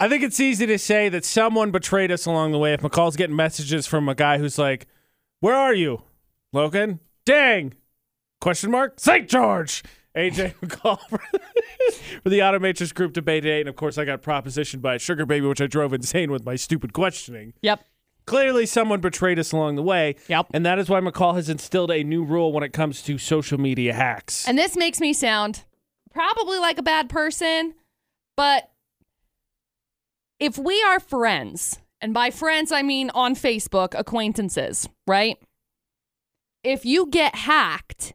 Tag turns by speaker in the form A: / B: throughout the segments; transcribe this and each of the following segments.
A: I think it's easy to say that someone betrayed us along the way. If McCall's getting messages from a guy who's like, "Where are you, Logan? Dang? Question mark? St. George." AJ McCall for, for the Automatrix Group debate today, and of course, I got propositioned by Sugar Baby, which I drove insane with my stupid questioning.
B: Yep.
A: Clearly, someone betrayed us along the way.
B: Yep.
A: And that is why McCall has instilled a new rule when it comes to social media hacks.
B: And this makes me sound probably like a bad person, but if we are friends, and by friends I mean on Facebook, acquaintances, right? If you get hacked,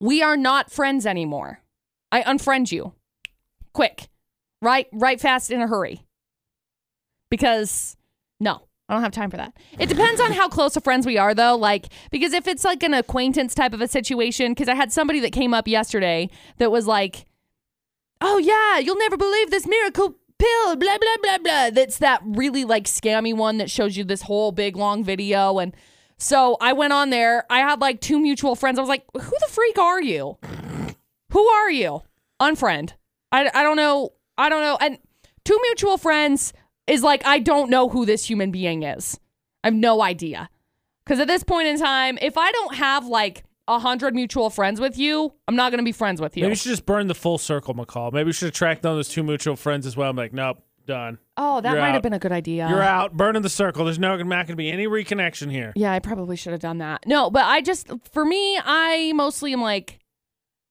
B: we are not friends anymore. I unfriend you. Quick. Right right fast in a hurry. Because no, I don't have time for that. It depends on how close of friends we are, though. Like, because if it's like an acquaintance type of a situation, because I had somebody that came up yesterday that was like, oh, yeah, you'll never believe this miracle pill, blah, blah, blah, blah. That's that really like scammy one that shows you this whole big long video. And so I went on there. I had like two mutual friends. I was like, who the freak are you? Who are you? Unfriend. I, I don't know. I don't know. And two mutual friends is like, I don't know who this human being is. I have no idea. Because at this point in time, if I don't have like a hundred mutual friends with you, I'm not going to be friends with you.
A: Maybe we should just burn the full circle, McCall. Maybe we should attract down those two mutual friends as well. I'm like, nope, done.
B: oh, that
A: You're
B: might
A: out.
B: have been a good idea.
A: You're out, burning the circle. There's no, not going to be any reconnection here.
B: Yeah, I probably should have done that. No, but I just, for me, I mostly am like,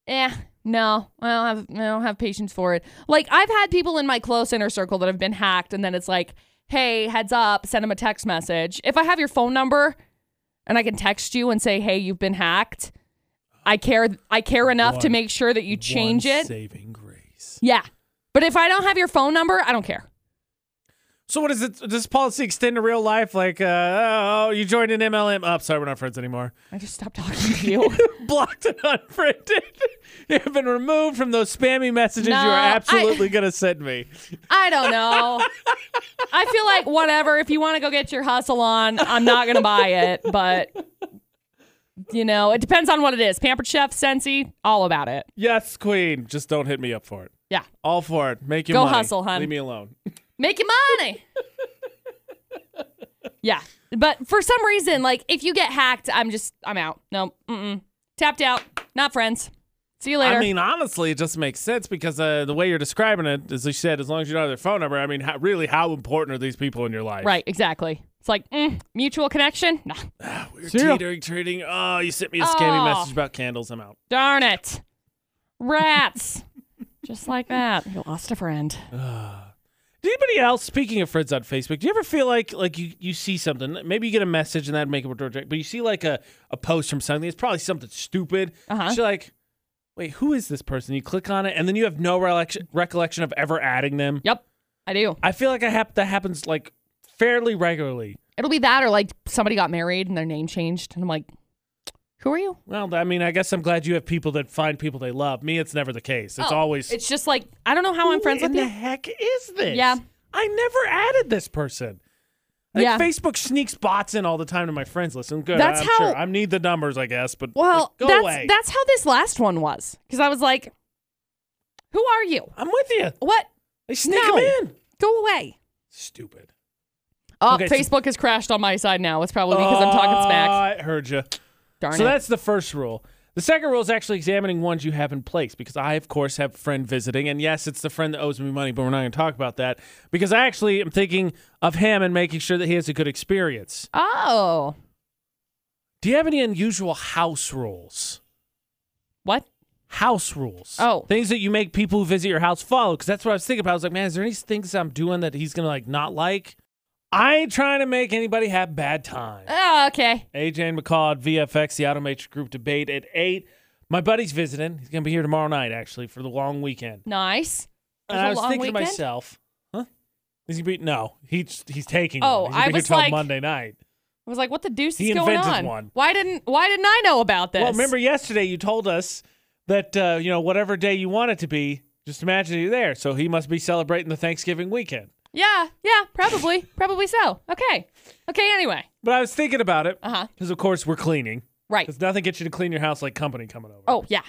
B: eh, no, I don't have, I don't have patience for it. Like I've had people in my close inner circle that have been hacked, and then it's like, hey, heads up, send them a text message. If I have your phone number, and I can text you and say, hey, you've been hacked. I care. I care enough to
A: One-
B: make sure that you change
A: One
B: it.
A: Saving grace.
B: Yeah, but if I don't have your phone number, I don't care.
A: So, what is it? Does this policy extend to real life? Like, uh, oh, you joined an MLM. Up, Oh, sorry, we're not friends anymore.
B: I just stopped talking to you.
A: Blocked and unfriended. you have been removed from those spammy messages you
B: No,
A: are
B: I-
A: absolutely going to send me.
B: I don't know. I feel like whatever. If you want to go get your hustle on, I'm not gonna buy it. But you know, it depends on what it is. Pampered Chef, Sensi, all about it.
A: Yes, Queen. Just don't hit me up for it.
B: Yeah,
A: All for it. Make your
B: Go
A: money.
B: hustle, hun.
A: Leave me alone.
B: make your money. yeah, but for some reason, like if you get hacked, I'm just I'm out. No, mm-mm. tapped out. Not friends. See you later.
A: I mean, honestly, it just makes sense because uh, the way you're describing it, as you said, as long as you don't have their phone number, I mean, how, really, how important are these people in your life?
B: right? Exactly. It's like mm, mutual connection. Nah.
A: We're
B: See ya.
A: teetering, trading. Oh, you sent me a scammy
B: Aw.
A: message about candles. I'm out.
B: Darn it. Rats. Just like that. You lost a friend.
A: Did anybody else, speaking of friends on Facebook, do you ever feel like like you, you see something? Maybe you get a message and that make it direct, but you see like a, a post from something. It's probably something stupid.
B: Uh-huh.
A: You're like, wait, who is this person? You click on it, and then you have no recollection, recollection of ever adding them.
B: Yep. I do.
A: I feel like I hap- that happens like fairly regularly.
B: It'll be that or like somebody got married and their name changed. And I'm like, who are you?
A: Well, I mean, I guess I'm glad you have people that find people they love. Me, it's never the case. It's
B: Oh,
A: always
B: It's just like, I don't know how I'm friends
A: Who
B: with
A: in
B: you.
A: the heck is this?
B: Yeah.
A: I never added this person. Like,
B: Yeah.
A: Facebook sneaks bots in all the time to my friends list. I'm good.
B: That's
A: I'm
B: how-
A: sure. I need the numbers, I guess, but
B: Well,
A: like, go
B: that's
A: away.
B: that's how this last one was. Because I was like, who are you?
A: I'm with you.
B: What?
A: They sneak
B: No.
A: them in.
B: Go away.
A: Stupid.
B: Oh,
A: Okay, so-
B: Facebook has crashed on my side now. It's probably because I'm talking smack.
A: Oh, I heard you.
B: Darn
A: So
B: it.
A: that's the first rule. The second rule is actually examining ones you have in place because I, of course, have a friend visiting. And yes, it's the friend that owes me money, but we're not going to talk about that because I actually am thinking of him and making sure that he has a good experience.
B: oh.
A: Do you have any unusual house rules?
B: What?
A: House rules.
B: Oh.
A: Things that you make people who visit your house follow because that's what I was thinking about. I was like, man, is there any things I'm doing that he's going to like not like? I ain't trying to make anybody have bad time.
B: Oh, okay.
A: AJ and McCall at VFX, the Automatrix Group debate at 8. My buddy's visiting. He's going to be here tomorrow night, actually, for the long weekend.
B: Nice.
A: And
B: There's a
A: I was
B: long
A: thinking to
B: weekend?
A: myself, huh? He's going to be, no, he's, he's taking
B: Oh,
A: one. He's gonna
B: I
A: be here
B: was
A: till
B: like-
A: Monday night.
B: I was like, what the deuce
A: He
B: is going
A: invented
B: on?
A: one.
B: Why didn't why didn't I know about this?
A: Well, remember yesterday you told us that, uh, you know, whatever day you want it to be, just imagine you're there. So he must be celebrating the Thanksgiving weekend.
B: Yeah, yeah, probably. probably so. Okay. Okay, anyway.
A: But I was thinking about it
B: Uh-huh.
A: because, of course, we're cleaning.
B: Right.
A: Because nothing gets you to clean your house like company coming over.
B: Oh, yeah.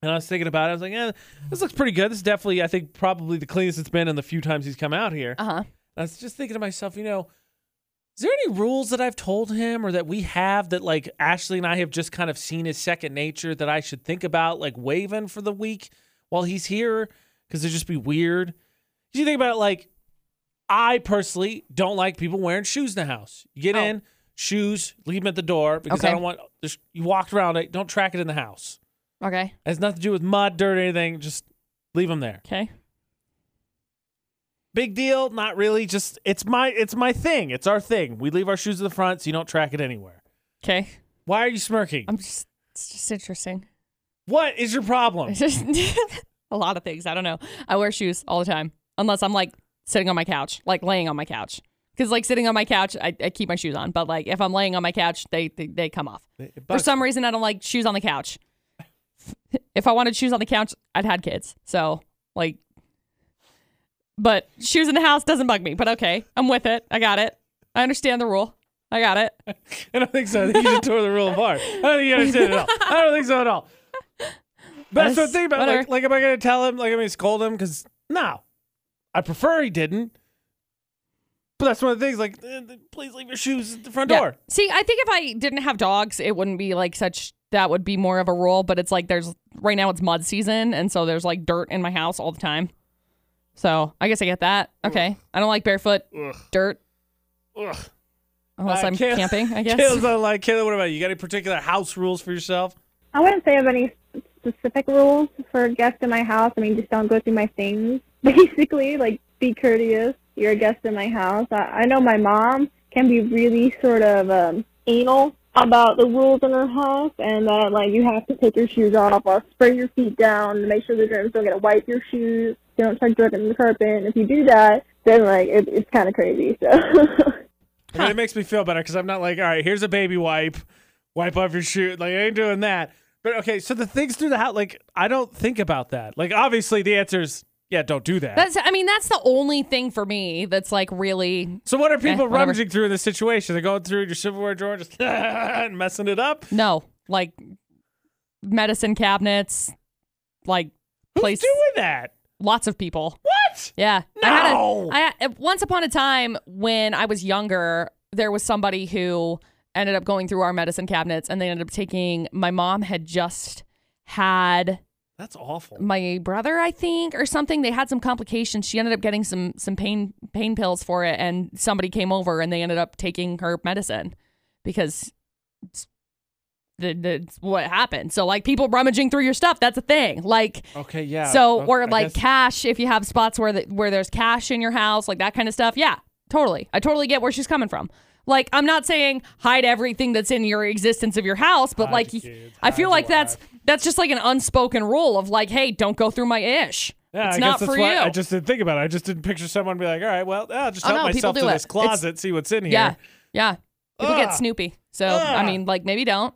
A: And I was thinking about it. I was like, eh, this looks pretty good. This is definitely, I think, probably the cleanest it's been in the few times he's come out here.
B: Uh huh.
A: I was just thinking to myself, you know, is there any rules that I've told him or that we have that like Ashley and I have just kind of seen as second nature that I should think about like waiving for the week while he's here? Because it'd just be weird. 'Cause you think about it, like I personally don't like people wearing shoes in the house. You get
B: Oh.
A: in, shoes, leave them at the door because I
B: Okay.
A: don't want just you walked around it. Don't track it in the house.
B: Okay.
A: It has nothing to do with mud, dirt, or anything. Just leave them there
B: Okay.
A: big deal not really just it's my it's my thing it's our thing we leave our shoes at the front so you don't track it anywhere
B: Okay.
A: why are you smirking
B: I'm just. It's just interesting.
A: what is your problem
B: It's just a lot of things. I don't know. I wear shoes all the time, unless I'm like sitting on my couch, like laying on my couch. Because like sitting on my couch, I, I keep my shoes on. But like if I'm laying on my couch, they they, they come off. For some reason, I don't like shoes on the couch. If I wanted shoes on the couch, I'd had kids. So like, but shoes in the house doesn't bug me. But okay, I'm with it. I got it. I understand the rule. I got it.
A: i don't think so i think you just tore the rule apart i don't think you understand it at all i don't think so at all but that's what i'm
B: That's-
A: thinking about like,
B: whatever.
A: like am i gonna tell him like am i gonna scold him because no i prefer he didn't but that's one of the things like eh, eh, please leave your shoes at the front
B: Yeah.
A: door
B: See, I think if I didn't have dogs, it wouldn't be like such. That would be more of a rule. But it's like there's right now it's mud season, and so there's like dirt in my house all the time. So I guess I get that.
A: Mm.
B: Okay, I don't like barefoot
A: Ugh.
B: dirt
A: Ugh.
B: unless
A: Uh,
B: I'm
A: Kayla-
B: camping. I guess.
A: Kayla's not like Kayla. What about you? You got any particular house rules for yourself?
C: I wouldn't say I have any specific rules for guests in my house. I mean, just don't go through my things. Basically, like be courteous. You're a guest in my house. I, I know my mom can be really sort of um, anal about the rules in her house, and that like you have to take your shoes off or spray your feet down to make sure the germs don't get to wipe your shoes. They don't start dripping in the carpet. And if you do that, then like it, it's kind of crazy. So.
A: I mean, it makes me feel better because I'm not like, all right, here's a baby wipe, wipe off your shoe. Like, I ain't doing that. But okay, so the things through the house, like, I don't think about that. Like, obviously, the answer is, yeah, don't do that.
B: That's. I mean, that's the only thing for me that's like really
A: so, what are people
B: whatever.
A: rummaging through in this situation? They're going through your silverware drawer, just and messing it up.
B: no like medicine cabinets, like
A: Who's
B: place
A: doing that?
B: lots of people.
A: What?
B: Yeah.
A: No!
B: I had a, I, once upon a time when I was younger, there was somebody who ended up going through our medicine cabinets and they ended up taking my mom had just had
A: That's awful.
B: my brother, I think, or something. They had some complications. She ended up getting some some pain pain pills for it and somebody came over and they ended up taking her medicine because it's- the, the, it's what happened. So like people rummaging through your stuff, that's a thing. Like
A: Okay, yeah.
B: so,
A: okay, I
B: or like
A: guess-
B: cash, if you have spots where the, where there's cash in your house, like that kind of stuff. Yeah, totally. I totally get where she's coming from. Like, I'm not saying hide everything that's in your existence of your house, but
A: Hide
B: like,
A: your
B: y-
A: kids,
B: I
A: hide
B: feel
A: your
B: like that's that's just like an unspoken rule of like, hey, don't go through my ish.
A: yeah, I
B: it's not
A: guess that's
B: for you.
A: why I just didn't think about it. I just didn't picture someone be like, all right, well, I'll just
B: Oh,
A: help
B: no, people
A: myself to
B: do it.
A: this
B: It's-
A: closet, see what's in here. Ah.
B: yeah, yeah. People
A: Ugh.
B: get snoopy, so I
A: Ugh.
B: mean, like, maybe don't.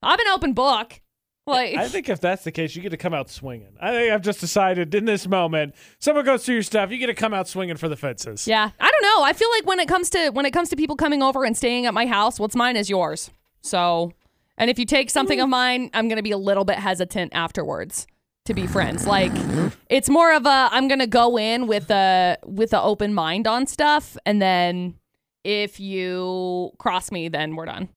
B: I'm an open book. Like,
A: I think if that's the case, you get to come out swinging. I think I've just decided in this moment, someone goes through your stuff, you get to come out swinging for the fences.
B: Yeah, I don't know. I feel like when it comes to when it comes to people coming over and staying at my house, what's mine is yours. So, and if you take something of mine, I'm gonna be a little bit hesitant afterwards to be friends. Like, it's more of a I'm gonna go in with a with an open mind on stuff, and then if you cross me, then we're done.